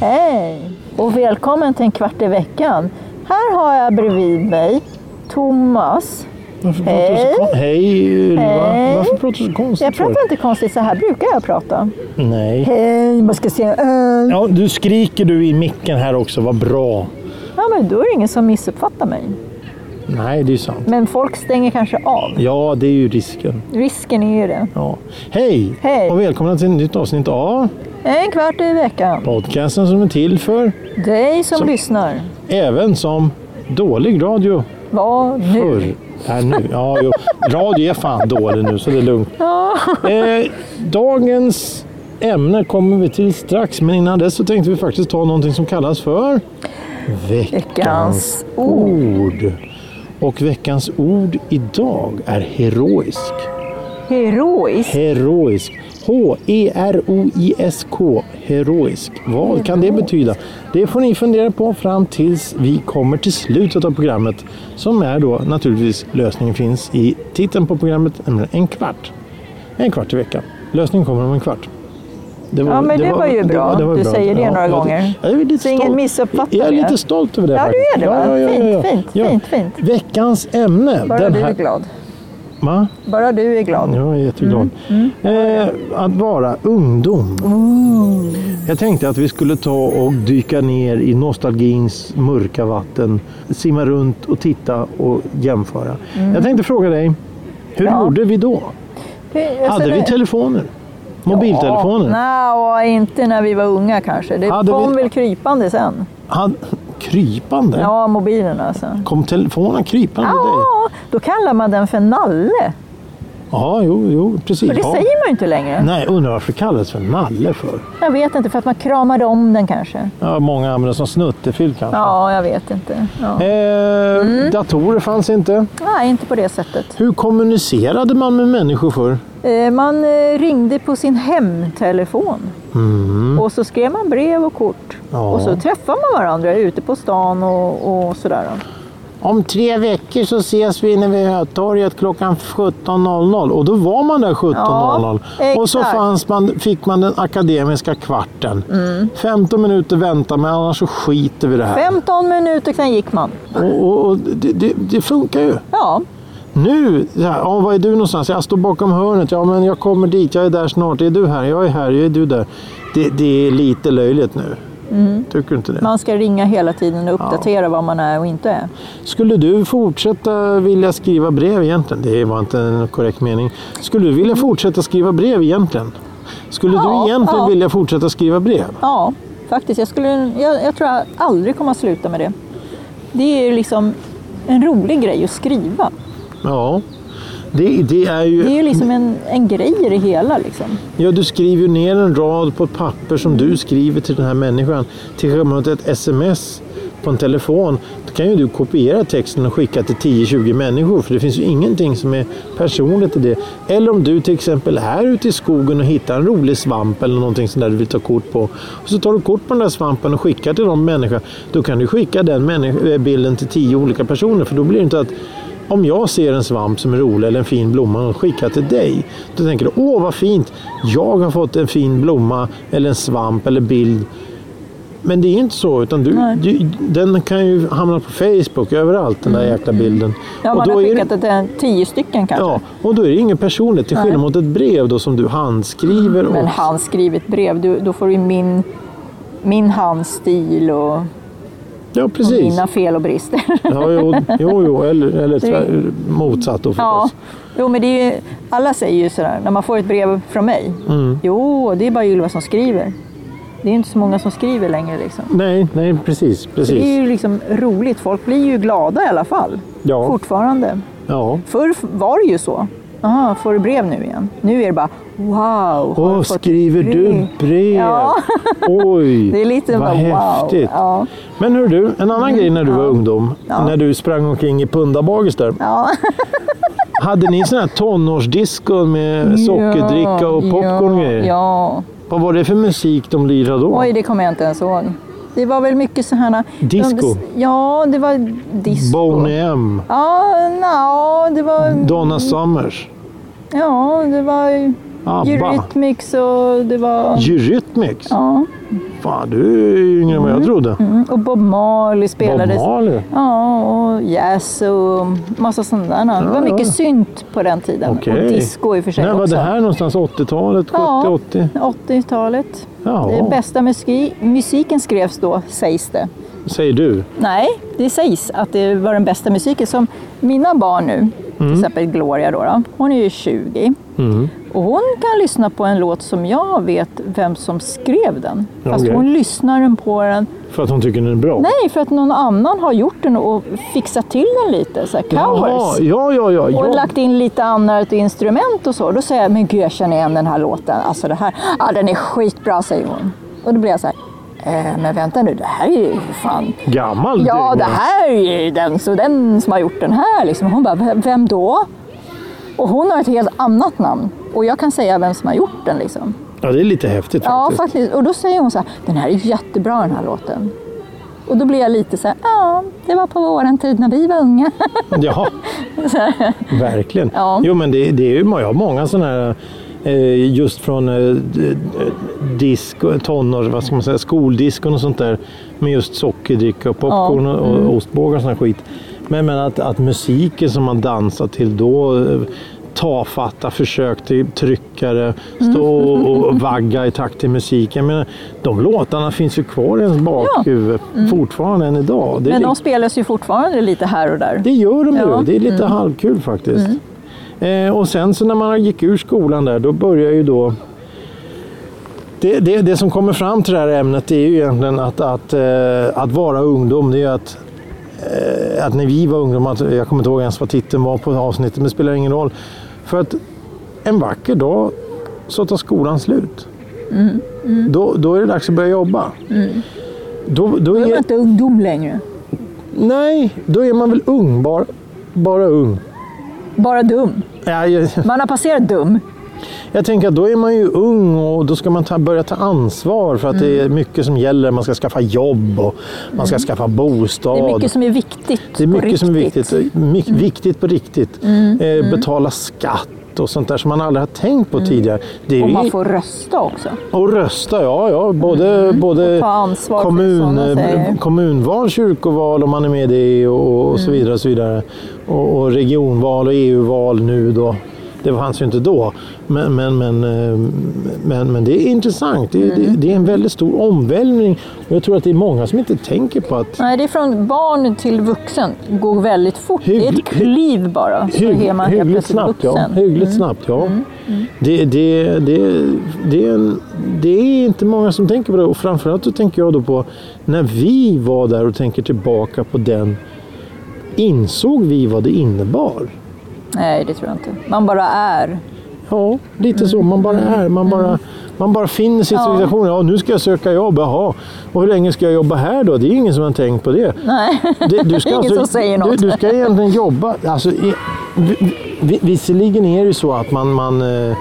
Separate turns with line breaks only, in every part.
Hej och välkommen till en kvart i veckan. Här har jag bredvid mig Thomas.
Varför pratar du
Hej.
så konstigt? Hej Ylva!
Hej.
Varför pratar du så konstigt?
Jag pratar inte konstigt, så här brukar jag prata.
för? Nej.
Hej, vad ska jag säga? Eh.
Ja, du skriker du i micken här också, vad bra.
Ja, men då är det ingen som missuppfattar mig.
Nej, det är sant.
Men folk stänger kanske av.
Ja, det är ju risken.
Risken är ju det.
Ja. Hej!
Hej.
Och välkomna till ett nytt avsnitt av
En kvart i veckan.
podcasten som är till för
Dig som, lyssnar.
även som dålig radio
Vad nu?
förr. Här nu. Ja, jo. Radio är fan dålig nu, så det är lugnt. Eh, dagens ämne kommer vi till strax, men innan dess så tänkte vi faktiskt ta någonting som kallas för
Veckans
veckans ord. Och veckans ord idag är heroisk.
Heroisk.
Heroisk. E H-E-R-O-I-S-K. Heroisk. Vad kan det betyda? Det får ni fundera på fram tills vi kommer till slutet av programmet. Som är då naturligtvis lösningen finns i titeln på programmet, nämligen en kvart. En kvart i veckan. Lösningen kommer om en kvart. Det
Ja, men det var ju bra. Du säger det några
jag-
gånger.
Jag är lite
Så ingen
stolt.
missuppfattar
Jag är
det.
lite stolt över det
Ja, du
faktiskt.
är det, va? Fint, fint, fint,
Veckans ämne.
Bara
den
du är
här- Mm.
glad.
Va?
Bara du är glad.
Jag är jätteglad.
Mm.
Eh, att vara ungdom.
Oh.
Jag tänkte att vi skulle ta och dyka ner i nostalgins mörka vatten. Simma runt och titta och jämföra. Jag tänkte fråga dig, hur
Mm. Ja.
gjorde vi då?
Jag
Hade
ser
vi
alltså, det.
telefoner? Mobiltelefoner?
Ja, nej, inte när vi var unga kanske. Det
Hade
kom
vi-
väl krypande sen.
Hade, krypande?
Ja, mobilen alltså.
Kom telefonen krypande till dig?
Ja, då kallar man den för nalle.
Ja, jo, jo precis.
Och det
ja.
säger man ju inte längre.
Nej, undrar varför det kallades för nalle för?
Jag vet inte, för att man kramade om den kanske.
Ja, många använder som snuttefilt kanske.
Ja, jag vet inte. Ja.
Eh,
Mm.
Datorer fanns inte.
Nej, inte på det sättet.
Hur kommunicerade man med människor förr?
Eh, Man eh, ringde på sin hemtelefon. Och så skrev man brev och kort.
Mm. Ja.
Och så träffade man varandra ute på stan och, och sådär.
Om tre veckor så ses vi inne vid Hötorget klockan 17.00 och då var man där 17.00.
Ja,
och så
exakt.
fanns man, fick man den akademiska kvarten.
Mm.
15 minuter vänta men annars så skiter vi i det här.
15 minuter, sen gick man.
Och, och, och det, det, det funkar ju.
Ja,
Nu, så här, ja, var är du någonstans? Jag står bakom hörnet. Ja, men jag kommer dit. Jag är där snart. Är du här? Jag är här. Är du där? Det, det är lite löjligt nu. Tycker du inte det?
Mm. man ska ringa hela tiden och uppdatera vad man är och inte är.
Skulle du fortsätta vilja skriva brev egentligen? Det var inte en korrekt mening. Skulle du vilja fortsätta skriva brev egentligen? Skulle
Ja,
du egentligen
ja.
vilja fortsätta skriva brev?
Ja, faktiskt. Jag, skulle, jag, jag tror jag aldrig kommer att sluta med det. Det är liksom en rolig grej att skriva.
Ja. Det, det är
Det är
ju,
ju liksom en, en grej i det hela. Liksom.
ja, du skriver ju ner en rad på ett papper som du skriver till den här människan. Till skillnad mot ett sms på en telefon. Då kan ju du kopiera texten och skicka till 10-20 människor. För det finns ju ingenting som är personligt i det. Eller om du till exempel är ute i skogen och hittar en rolig svamp eller någonting sånt där du vill ta kort på. Och så tar du kort på den där svampen och skickar till de människor. Då kan du skicka den människa- eh, bilden till 10 olika personer. För då blir det inte att om jag ser en svamp som är rolig eller en fin blomma och skickar till dig. Då tänker du, åh vad fint, jag har fått en fin blomma eller en svamp eller bild. Men det är inte så, utan du,
Nej.
du, den kan ju hamna på Facebook överallt, den där jäkla bilden.
Mm. Ja,
Och
man
då
har
är det-
skickat det till en- tio stycken kanske.
Ja, och då är det inget personligt. Till skillnad mot ett brev då, som du handskriver. Och,
Men handskrivet brev, du, då får du ju min, min handstil och, och
ja, precis.
mina fel och brister.
Ja, jo, jo, jo, eller, eller tvär, motsatt då
ja.
förstås.
Jo, men det är ju, alla säger ju sådär, när man får ett brev från mig.
Mm.
Jo, det är bara Ylva som skriver. Det är ju inte så många som skriver längre. Liksom.
Nej, nej, precis.
Det är
precis.
ju liksom roligt. Folk blir ju glada i alla fall.
Ja.
Fortfarande.
Ja.
Förr f- var det ju så. Aha, får du brev nu igen? Nu är det bara wow. har
Åh,
du fått
skriver du brev?
Ja.
Oj,
Det är lite
vad
bara,
häftigt.
wow. Ja. Mm.
Men hör du, en annan grej när du var ungdom,
Ja.
när du sprang omkring i pundabagis där.
Ja.
Hade ni sån här tonårsdisco med sockerdricka och popcorn och
ja,
grejer?
ja,
Vad var det för musik de lirade då?
Oj, det kommer jag inte ens ihåg. Det var väl mycket så här...
Disco?
De, ja, det var disco.
Boney M,
Ja, nja, det var...
Donna Summers,
Ja, det var
ABBA,
Eurythmics och det var...
Eurythmics.
Ja,
Fan, du är ju yngre än vad jag trodde.
mm, och Bob Marley
Bob
spelades.
Marley.
Ja, och jazz och massa sådana. Det var
Ja, ja.
mycket synt på den tiden.
Okej.
Och disco i och för sig
När var
också.
det här någonstans? 80-talet? 70-80?
Ja.
Ja.
80-talet. Det
Ja,
bästa musik, musiken skrevs då, sägs det.
säger du.
Nej, det sägs att det var den bästa musiken. Som mina barn nu, till exempel Gloria då, då hon är ju 20.
Mm.
Och hon kan lyssna på en låt som jag vet vem som skrev den. Fast
Okej.
hon lyssnar den på den.
För att hon tycker den är bra?
Nej, för att någon annan har gjort den och fixat till den lite. Så här, covers.
Jaha, ja, ja, ja.
Och
ja.
lagt in lite annat instrument och så. Då säger jag, men gud jag känner igen den här låten. Alltså det här, ah, den är skitbra säger hon. Och då blir jag så här, eh, men vänta nu, det här är ju fan.
Gammal
Ja,
dänga.
det här är ju den, så den som har gjort den här liksom. Hon bara, "Vem- vem då? Och hon har ett helt annat namn. Och jag kan säga vem som har gjort den liksom.
Ja, det är lite häftigt
Ja,
faktiskt.
faktiskt. Och då säger hon så här, den här är jättebra den här låten. Och då blir jag lite så här, ja, det var på våran tid när vi var unga.
Ja, verkligen.
Ja.
Jo, men det, det är ju må- jag har många sådana här eh, just från eh, d- d- disco, tonår, vad ska man säga, skoldiskon och sånt där med just sockerdricka och popcorn och,
Mm.
och ostbågar och sån här skit. Men, men att, att musiken som man dansar till då eh, tafatta försök till tryckare, stå och, och vagga i takt till musiken. Jag menar, de låtarna finns ju kvar i ens bakhuvud fortfarande än idag. Det är
Mm. Men
lite-
de spelas ju fortfarande lite här och där.
det gör de ju.
Ja.
Det är lite halvkul faktiskt. Eh, och sen så när man gick ur skolan där, då börjar ju då... Det, det, det som kommer fram till det här ämnet det är ju egentligen att, att, eh, att vara ungdom, det är ju att eh, att när vi var ungdomar, att- jag kommer inte ihåg ens vad titeln var på avsnittet, men det spelar ingen roll. För att en vacker dag så tar skolan slut. Mm, Då, då är det dags att börja jobba. Då, Mm. då
Det
är,
var inte ungdom längre.
nej, då är man väl ung, bara, bara ung.
Bara dum.
Ja, jag,
Man har passerat dum.
jag tänker att då är man ju ung och då ska man ta, börja ta ansvar för att det
Mm.
är mycket som gäller. Man ska skaffa jobb och man ska skaffa bostad.
Det är mycket som är viktigt.
Det är
på
mycket som är
riktigt. Mm.
viktigt. My, viktigt på riktigt. Eh, betala skatt och sånt där som man aldrig har tänkt på tidigare. Det är
Mm. Och
ju-
man får rösta också.
och rösta, ja. ja. Både, både
Mm. Och ta ansvar för
kommun, eh,
sådana saker. Mm.
kommunval, kyrkoval om man är med i det och, och så vidare. Och, så vidare. Och, och regionval och EU-val nu då. Det fanns ju inte då. Men, men, men, eh, men, men det är intressant. Det, det,
Mm.
det är en väldigt stor omvälvning. Och jag tror att det är många som inte tänker på att
Nej, det är från barn till vuxen. går väldigt fort. det är
Hygg-
ett kliv bara. Så
Hygg,
är man helt
hyggligt
plötsligt
snabbt, ja.
vuxen. Mm.
Hyggligt snabbt, ja. Det, det, det, det, är en, det är inte många som tänker på det och framförallt så tänker jag då på när vi var där och tänker tillbaka på den. Insåg vi vad det innebar?
Nej, det tror jag inte. Man bara är.
Ja, lite så. Man bara är. Man bara, man bara finner sin
Mm. Ja.
situation. Ja, nu ska jag söka jobb. Jaha. Och hur länge ska jag jobba här då? Det är ju ingen som har tänkt på det.
Nej.
Det, du ska alltså
Ingen som säger något.
Du, du ska egentligen jobba. Alltså, i, vi, vi, visserligen är det ju så att man, man eh,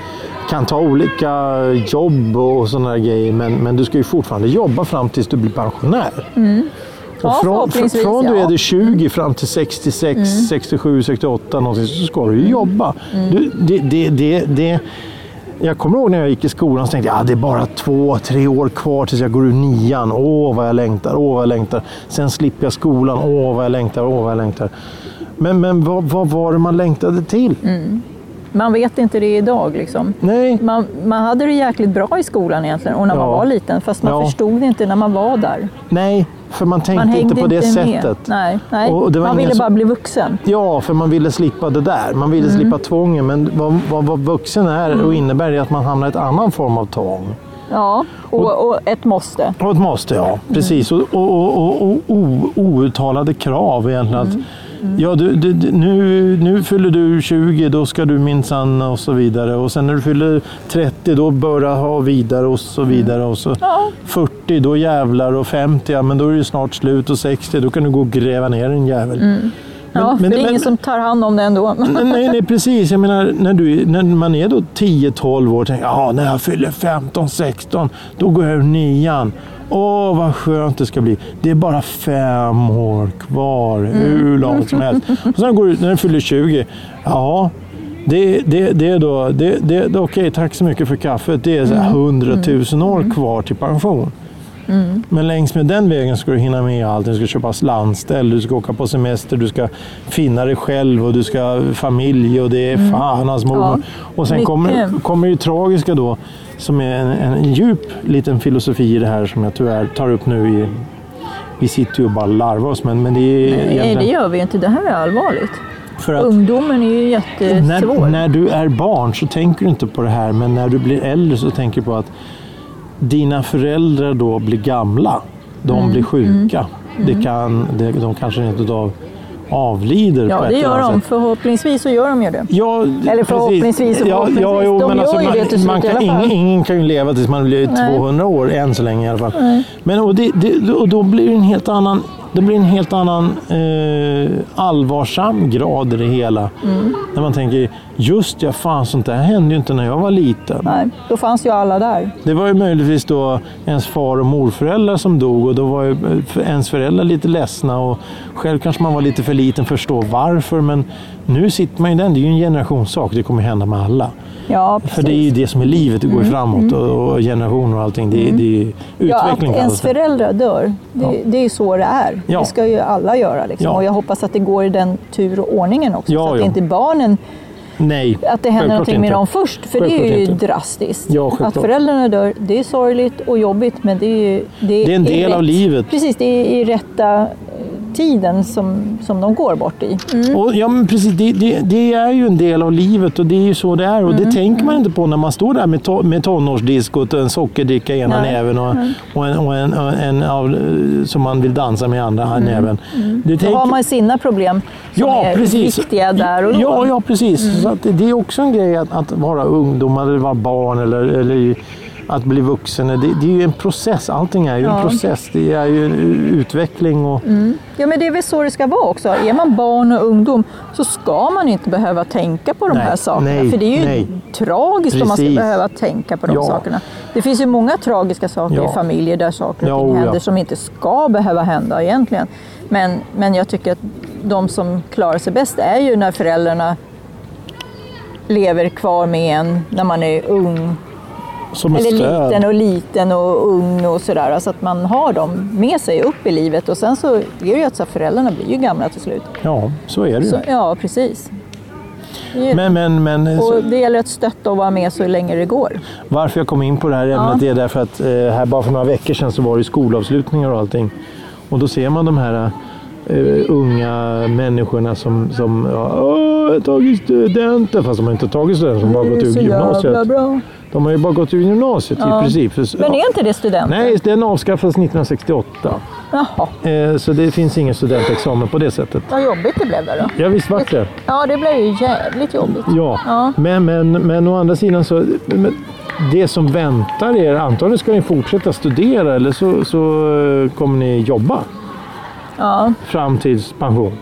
kan ta olika jobb och sådana där grejer, men, men du ska ju fortfarande jobba fram tills du blir pensionär.
Ja,
Och från från,
förhoppningsvis,
från du
ja. Mm.
är det 20 fram till 66, 67, 68 någonting så ska du ju jobba.
Mm.
Du, det, det, det, det, jag kommer ihåg när jag gick i skolan så tänkte jag att det är bara två, tre år kvar tills jag går ur nian. Åh vad jag längtar, åh vad jag längtar. Sen slipper jag skolan, åh vad jag längtar, åh vad jag längtar. Men, men vad, vad var det man längtade till?
Mm. Man vet inte det idag. Liksom.
Nej,
Man, man hade det jäkligt bra i skolan egentligen och när man
Ja.
var liten. Fast man
Ja.
förstod inte när man var där.
nej, för man tänkte
Man hängde
inte på det
med.
sättet.
Nej, nej.
Och det var
man
ingen
ville
som-
bara bli vuxen.
Ja, för man ville slippa det där. Man ville
Mm.
slippa tvången. Men vad, vad, vad vuxen är och innebär är att man hamnar i ett annan form av tvång.
Ja, och, och ett måste.
Och ett måste, ja. Precis.
Mm.
Och, och, och, och, och o, outtalade krav egentligen.
Mm.
Att, Ja, du, du, du- nu, nu fyller du 20, då ska du minsann och så vidare. Och sen när du fyller 30, då bör du ha vidare och så vidare. Och så.
Ja.
40, då jävlar. Och 50, ja, men då är det snart slut. Och 60, då kan du gå och gräva ner en jävel.
Mm. Ja, för det är ingen som tar hand om det ändå.
Nej, nej, nej, precis. Jag menar, när, du, när man är då 10-12 år tänker jag, ja, när jag fyller 15-16, då går jag ur nian. Åh, vad skönt det ska bli. Det är bara fem år kvar, hur långt som helst. Och sen går du, när du fyller 20, ja, det, det, det är då, det, det, det, okej, tack så mycket för kaffet. Det är så här 100 000 år kvar till pension. Men längs med den vägen ska du hinna med allt. Du ska köpa landställ, du ska åka på semester, du ska finna dig själv och du ska ha familj och det är fan hans mormor. Och sen
Mm. Mycket.
kommer, kommer ju tragiska då, som är en, en djup liten filosofi i det här som jag tyvärr tar upp nu. I, vi sitter ju och bara larvar oss, men, men det är
Nej,
egentligen-
det gör vi ju inte. Det här är allvarligt.
för att-
Ungdomen är ju jättesvår.
när, när du är barn så tänker du inte på det här, men när du blir äldre så tänker du på att dina föräldrar då blir gamla. De
Mm,
blir sjuka. Det kan, det, de kanske inte av avlider på
Ja,
ett
det
eller
gör
annat
de.
sätt.
Förhoppningsvis så gör de ju det.
Ja,
Eller förhoppningsvis och
Ja, ja,
förhoppningsvis.
jo,
De
men
gör
alltså,
ju
man,
det till slut
man
i
kan,
alla fall.
ingen, ingen kan ju leva tills man blir
Nej.
200 år, än så länge i alla fall. Men, och, det, det, och då blir det en helt annan, det blir en helt annan eh, allvarsam grad i det hela.
Mm.
När man tänker, just ja, fan sånt där hände ju inte när jag var liten.
Nej, då fanns ju alla där.
Det var ju möjligtvis då ens far och morföräldrar som dog och då var ju eh, ens föräldrar lite ledsna och själv kanske man var lite för liten för att förstå varför men nu sitter man ju i den, det är ju en generationssak, det kommer hända med alla.
Ja, precis. Mm.
För det är ju det som är livet, det går ju framåt och och generationer och allting, det, är- det är ju
ja, att
utveckling. på alla
ens
sätt.
föräldrar dör, det, det är ju så det är.
Ja.
Det ska ju alla göra. Liksom.
Ja.
Och jag hoppas att det går i den tur och ordningen också.
Ja,
så att
ja.
inte barnen,
Nej,
att det händer
självklart
någonting med
inte.
dem först. För det är
Självklart
ju
inte.
drastiskt.
Ja, självklart.
att föräldrarna dör, det är sorgligt och jobbigt men det är ju...
Det är en del av livet.
Precis, det är i rätta eh, tiden som, som de går bort i.
Och, ja, men precis, det, det, det är ju en del av livet och det är ju så det är. Och
Mm.
det tänker man inte på när man står där med, to, med tonårsdiskot och en sockerdricka i ena
Nej. Mm.
näven och, och, en, och en, och en av, eh, som man vill dansa med i andra näven. Det
Mm. Då
tänker-
har man sina problem som
Ja,
är
precis.
viktiga där och då. Mm.
Ja, ja precis. Så att det- det är också en grej att, att vara ungdom eller vara barn eller, eller i- att bli vuxen. Det, det är ju en process. Allting är ju
Ja. Mm.
en process. Det är ju en u- utveckling. Och,
Ja, men det är väl så det ska vara också. Är man barn och ungdom så ska man inte behöva tänka på de
Nej,
här sakerna.
nej,
för det är ju
nej.
tragiskt om man ska
Precis.
behöva tänka på de
Ja.
sakerna. Det finns ju många tragiska saker
Ja.
i familjer där saker och
Ja,
ting
oh ja.
händer som inte ska behöva hända egentligen. Men, men jag tycker att de som klarar sig bäst är ju när föräldrarna lever kvar med en när man är ung.
som ett
Eller
stöd.
liten och liten och ung och sådär. Alltså att man har dem med sig upp i livet. Och sen så är det ju att så här, föräldrarna blir ju gamla till slut.
Ja, så är det ju.
Så, ja, precis. Det är-
Men, men, men, eh, så-
och det gäller att stötta och vara med så länge det går.
Varför jag kom in på det här ämnet är därför att eh, här bara för några veckor sedan så var det skolavslutningar och allting. Och då ser man de här eh, unga människorna som, som ja, Åh, jag har tagit studenten, fast de har inte tagit studenten, de har bara gått
Det är
ur
så jävla
gymnasiet.
bra.
De har ju bara gått ur gymnasiet i princip. För-
Men är inte det studenter?
Nej, den avskaffades 1968.
Jaha,
Eh, så det finns ingen studentexamen på det sättet.
vad jobbigt det blev där då.
Ja, visst vart det.
Ja, det blev ju jävligt jobbigt.
Ja,
Ja.
Men, men, men å andra sidan så men det som väntar er, antagligen ska ni fortsätta studera eller så, så eh, kommer ni jobba
Ja,
fram till pension.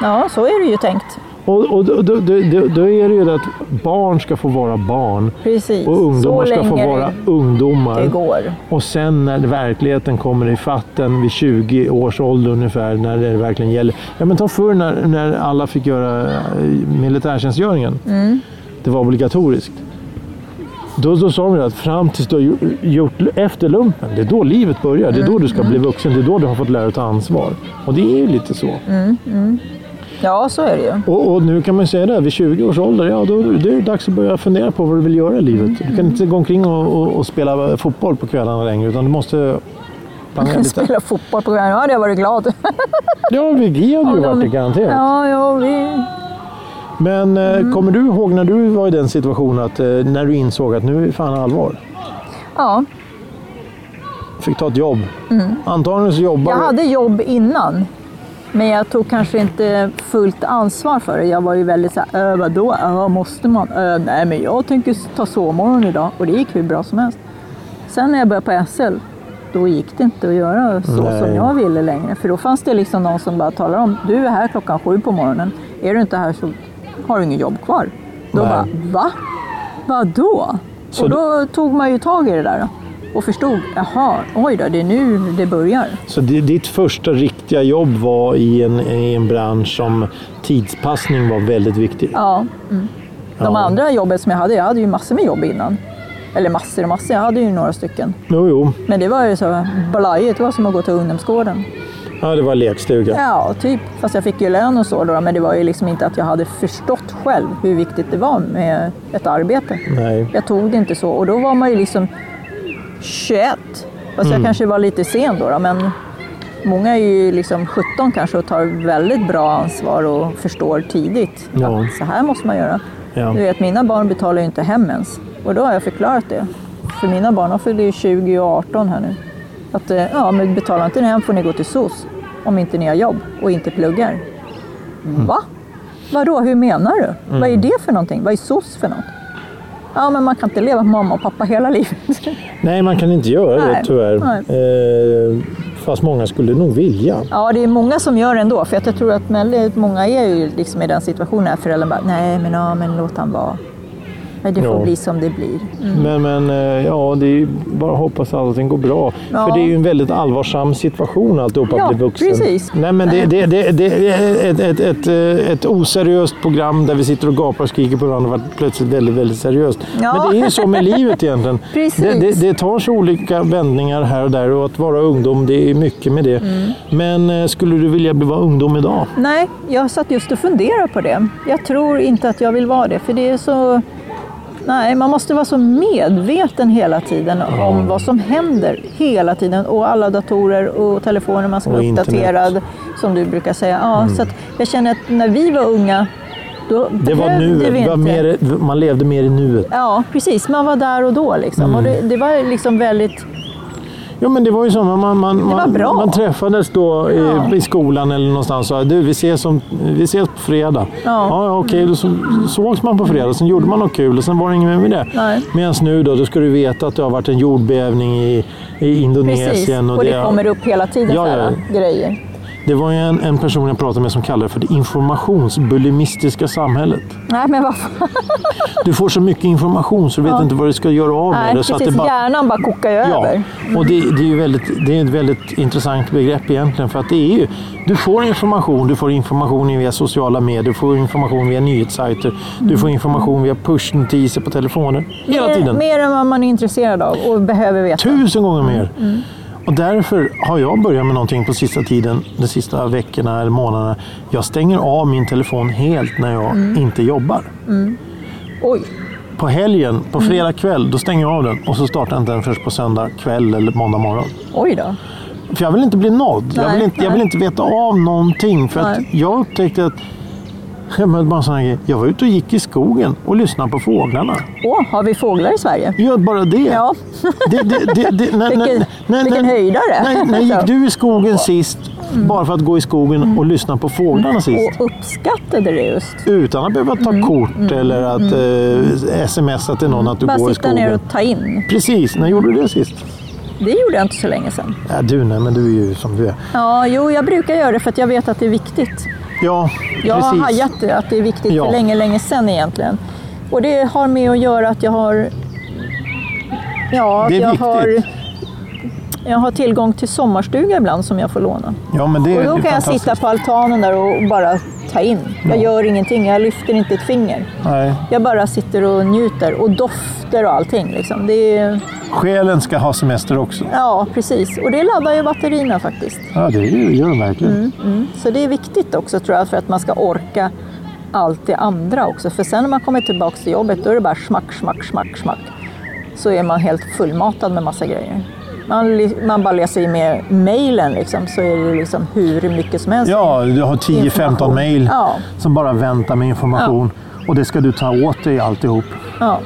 ja så är det ju tänkt.
Och, och då, då, då, då- då är det ju det att barn ska få vara barn
Precis.
och ungdomar
så
ska få
länge
vara
det
ungdomar.
går.
Och sen när verkligheten kommer i fatten vid 20 års ålder ungefär, när det verkligen gäller. Ja men ta förr när, när alla fick göra eh, militärtjänstgöringen. Det var obligatoriskt. Då, då sa de ju att fram tills du har ju- gjort efter lumpen, det är då livet börjar. Det är då du ska bli vuxen. Det är då du har fått lära dig att ta ansvar. Och det är ju lite så.
Ja, så är det ju.
Och, och nu kan man ju säga det, här, vid 20 års ålder, ja då, då är det dags att börja fundera på vad du vill göra i livet. Du kan inte gå omkring och, och, och spela fotboll på kvällarna längre, utan du måste planera lite.
Spela fotboll på gröna, ja, det hade jag varit glad.
Ja, vi, vi hade ju varit det garanterat.
Ja, Mm. ja, vi...
Men eh, kommer du ihåg när du var i den situationen, att, eh, när du insåg att nu är fan allvar?
ja.
Fick ta ett jobb. Antagligen så jobbar
Mm. Jag
du-
hade jobb innan. Men jag tog kanske inte fullt ansvar för det. Jag var ju väldigt så här, äh, vadå, äh, måste man? Äh, nej, men jag tänker ta sovmorgon idag. Och det gick hur bra som helst. Sen när jag började på SL, då gick det inte att göra så
Nej.
som jag ville längre. För då fanns det liksom någon som bara talade om, du är här klockan sju på morgonen, är du inte här så har du inget jobb kvar. Då
Nej.
bara, va? Vadå?
Så
och då tog man ju tag i det där och förstod, jaha, oj då, det är nu det börjar.
Så di- ditt första riktiga jobb var i en, i en bransch som tidspassning var väldigt viktig?
Ja. Mm. De
Ja.
andra jobben som jag hade, jag hade ju massor med jobb innan. Eller massor och massor, jag hade ju några stycken.
Jo, jo.
Men det var ju så blajigt, det var som att gå till ungdomsgården.
Ja, det var lekstuga.
Ja, typ. Fast jag fick ju lön och så då, men det var ju liksom inte att jag hade förstått själv hur viktigt det var med ett arbete.
Nej.
Jag tog det inte så och då var man ju liksom 21. Fast
Mm.
jag kanske var lite sen då, då, men många är ju liksom 17 kanske och tar väldigt bra ansvar och förstår tidigt
Ja.
att så här måste man göra.
Ja.
Du vet, mina barn betalar ju inte hem ens. Och då har jag förklarat det. För mina barn, de fyller ju 20 och 18 här nu. Att eh, ja, men betalar inte ni hem får ni gå till SOS. Om inte ni har jobb och inte pluggar.
Mm.
Va? Vadå, hur menar du? Vad är det för någonting? Vad är SOS för något? Ja, men man kan inte leva på mamma och pappa hela livet.
Nej, man kan inte göra det
Nej.
tyvärr.
Nej.
Eh, fast många skulle nog vilja.
ja, det är många som gör det ändå. För att jag tror att väldigt många är ju liksom i den situationen. Här föräldern bara, nej men, ja, men låt han vara. Nej, det får
Ja.
bli som det blir.
Men, men eh, ja, det är ju bara att hoppas att allting går bra.
Ja.
För det är ju en väldigt allvarsam situation alltihop att
Ja,
bli vuxen.
precis.
Nej, men det, det, det, det är ett, ett, ett, eh, ett oseriöst program där vi sitter och gapar och skriker på varandra och varit plötsligt väldigt, väldigt seriöst.
Ja.
Men det är ju så med livet egentligen.
Precis.
Det, det, det tar sig olika vändningar här och där och att vara ungdom, det är mycket med det.
Mm.
Men eh, skulle du vilja bli- vara ungdom idag?
Nej, jag satt just och funderade på det. Jag tror inte att jag vill vara det, för det är så... Nej, man måste vara så medveten hela tiden om vad som händer hela tiden. Och alla datorer och telefoner, man ska
Och
vara
internet. Mm.
uppdaterad, som du brukar säga. Ja, så att jag känner att när vi var unga, då
Det var nu,
behövde vi
det var
inte-
mer, man levde mer i nuet.
Ja, precis. Man var där och då. Liksom.
Mm.
Och det, det var liksom väldigt...
Ja men det var ju så, man, man, man,
var bra.
man träffades då i,
Ja.
i skolan eller någonstans och sa du vi ses, om, vi ses på fredag.
Ja. Mm.
ja okej, då så, sågs man på fredag, sen gjorde man något kul och sen var det inget mer med det.
Nej.
Medan nu då, då ska du veta att det har varit en jordbävning i, i Indonesien.
Precis. Och, det, kommer upp hela tiden
Ja,
så här,
ja.
grejer.
det var ju en, en person jag pratade med som kallade det för det informationsbulimistiska samhället.
Nej, men vad fan.
Du får så mycket information så du vet
Ja.
inte vad du ska göra av
Nej,
med det. Så att
precis.
det bara-
Hjärnan bara kokar ju över.
och det, det är ju väldigt, det är ett väldigt intressant begrepp egentligen för att det är ju, du får information, du får information via sociala medier, du får information via nyhetssajter, du får information via pushnotiser på telefonen, hela
Mer-
tiden.
Mer än vad man är intresserad av och behöver veta.
Tusen gånger mer.
Mm.
Och därför har jag börjat med någonting på sista tiden, de sista veckorna eller månaderna. Jag stänger av min telefon helt när jag
Mm.
inte jobbar.
Oj,
På helgen, på
Mm.
fredag kväll, då stänger jag av den och så startar jag inte den först på söndag kväll eller måndag morgon.
oj då.
För jag vill inte bli nådd. jag,
Nej,
vill inte, jag vill
nej.
inte veta av någonting. För att
Nej.
jag upptäckte att Ja, men bara såna här grejer. jag var ute och gick i skogen och lyssnade på fåglarna.
Åh, har vi fåglar i Sverige?
Gör bara det.
Ja.
det, det, det, det när,
Vilken- vilken höjdare. Alltså.
När, när gick
Så.
du i skogen sist bara för att gå i skogen
Mm.
och lyssna på fåglarna sist?
Och uppskattade det just.
Utan att behöva ta
Mm.
kort eller att eh, smsa till någon att du
Bara
går i
sitta ner
skogen.
och ta in.
Precis, när gjorde du det sist?
Det gjorde jag inte så länge sedan.
Ja, du, nej, men du är ju som du är.
Ja, jo, jag brukar göra det för att jag vet att det är viktigt.
Ja,
Jag har
precis.
hajat det, att det är viktigt
Ja.
för länge, länge sedan egentligen. Och det har med att göra att jag har... Ja, att
Det är
jag
viktigt.
har, jag har tillgång till sommarstuga ibland som jag får låna.
Ja, men det är
Och
ju
då kan jag
fantastiskt.
sitta på altanen där och bara ta in. Jag
Ja.
gör ingenting, jag lyfter inte ett finger.
Nej.
Jag bara sitter och njuter och dofter och allting. Liksom. Det är,
Själen ska ha semester också.
ja, precis. Och det laddar ju batterierna faktiskt.
Ja, det är- gör den verkligen.
Mm. Så det är viktigt också tror jag för att man ska orka allt det andra också. För sen när man kommer tillbaka till jobbet då är det bara smack, smack, smack, smack. Så är man helt fullmatad med massa grejer. Man, li- man bara läser ju med mejlen liksom, så är det liksom hur mycket som helst.
Ja, du har 10-15
Information.
mejl
Ja.
som bara väntar med information. Och det ska du ta åt dig alltihop.
Ja.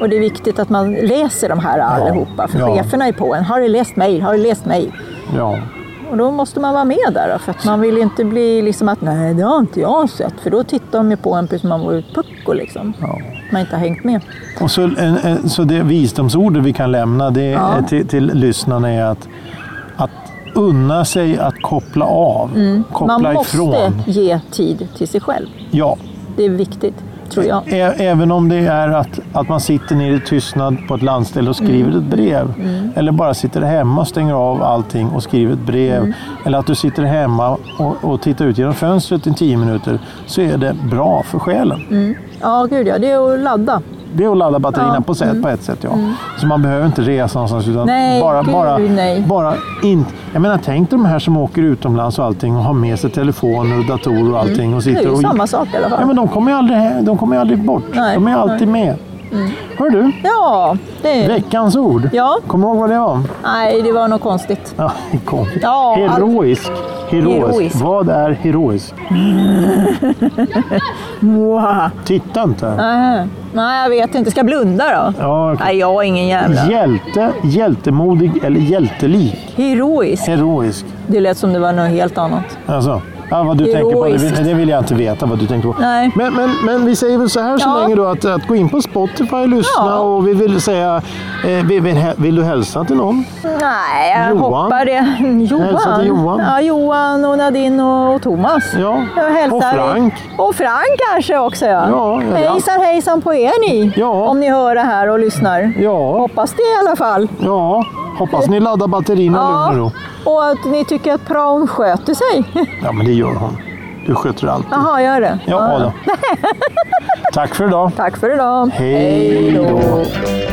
Och det är viktigt att man läser de här allihopa, för
ja.
cheferna är på en. Har du läst mejl? Har du läst mejl?
Ja.
Och då måste man vara med där, då, för att man vill ju inte bli liksom att nej, det har inte jag sett, för då tittar de ju på en precis som man vore ett pucko. Liksom.
Ja.
man inte har hängt med.
Och så, en, en, så det visdomsordet vi kan lämna det
Ja.
är till, till lyssnarna är att, att unna sig att koppla av, koppla
Mm. man måste
ifrån.
ge tid till sig själv.
Ja.
Det är viktigt, tror jag.
Ä- Även om det är att, att man sitter nere i tystnad på ett landställe och skriver
Mm.
ett brev. Eller bara sitter hemma och stänger av allting och skriver ett brev.
Mm.
Eller att du sitter hemma och, och tittar ut genom fönstret i tio minuter. Så är det bra för själen.
Ja, gud ja. Det är att ladda.
Det är att ladda batterierna
Mm. Ja, Mm.
på, sätt, på ett sätt. Ja. Så man behöver inte resa någonstans. Utan
Nej,
bara,
gud,
bara,
nej.
bara in, jag menar, tänk dig de här som åker utomlands och allting och har med sig telefoner och datorer och allting. Och
Mm. Det är
sitter
ju
och,
samma sak i alla fall.
ja, men de kommer ju aldrig, hem- de kommer ju aldrig bort.
Nej,
de är ju alltid med. Hör du,
Ja, det är...
veckans ord.
Ja,
Kommer du ihåg vad det var?
nej, det var något konstigt.
Ja, kom.
Ja,
heroisk. heroisk.
Heroisk.
Vad är heroisk?
Wow.
Titta inte.
Nej, nej, jag vet inte. Ska jag blunda då?
Ja, okej.
Nej, jag är ingen jävla.
Hjälte, hjältemodig eller hjältelik.
Heroisk.
Heroisk.
Det lät som det var något helt annat.
Alltså, ja, vad du tänker på, det
Heroiskt.
vill, det vill jag inte veta vad du tänker på.
Nej.
Men, men, men vi säger väl så här så
Ja.
länge då att, att gå in på Spotify och lyssna
Ja.
och vi vill säga, eh, vill, vill, vill du hälsa till någon?
Nej, jag
Johan.
hoppar det.
Hälsa
Johan.
till Johan.
Ja, Johan och Nadine och, och Thomas.
Ja,
Jag hälsar.
och Frank.
Och Frank kanske också ja.
Ja, ja, ja.
Hejsan hejsan på er ni.
Ja.
Om ni hör det här och lyssnar.
Ja,
Hoppas det i alla fall.
ja. hoppas ni laddar batterierna
Ja.
lugn och ro.
Och att ni tycker att praon sköter sig.
Ja, men det gör hon. Du sköter allt.
Jaha, gör det?
Ja, då. Tack för idag.
Tack för idag.
Hej då.
då.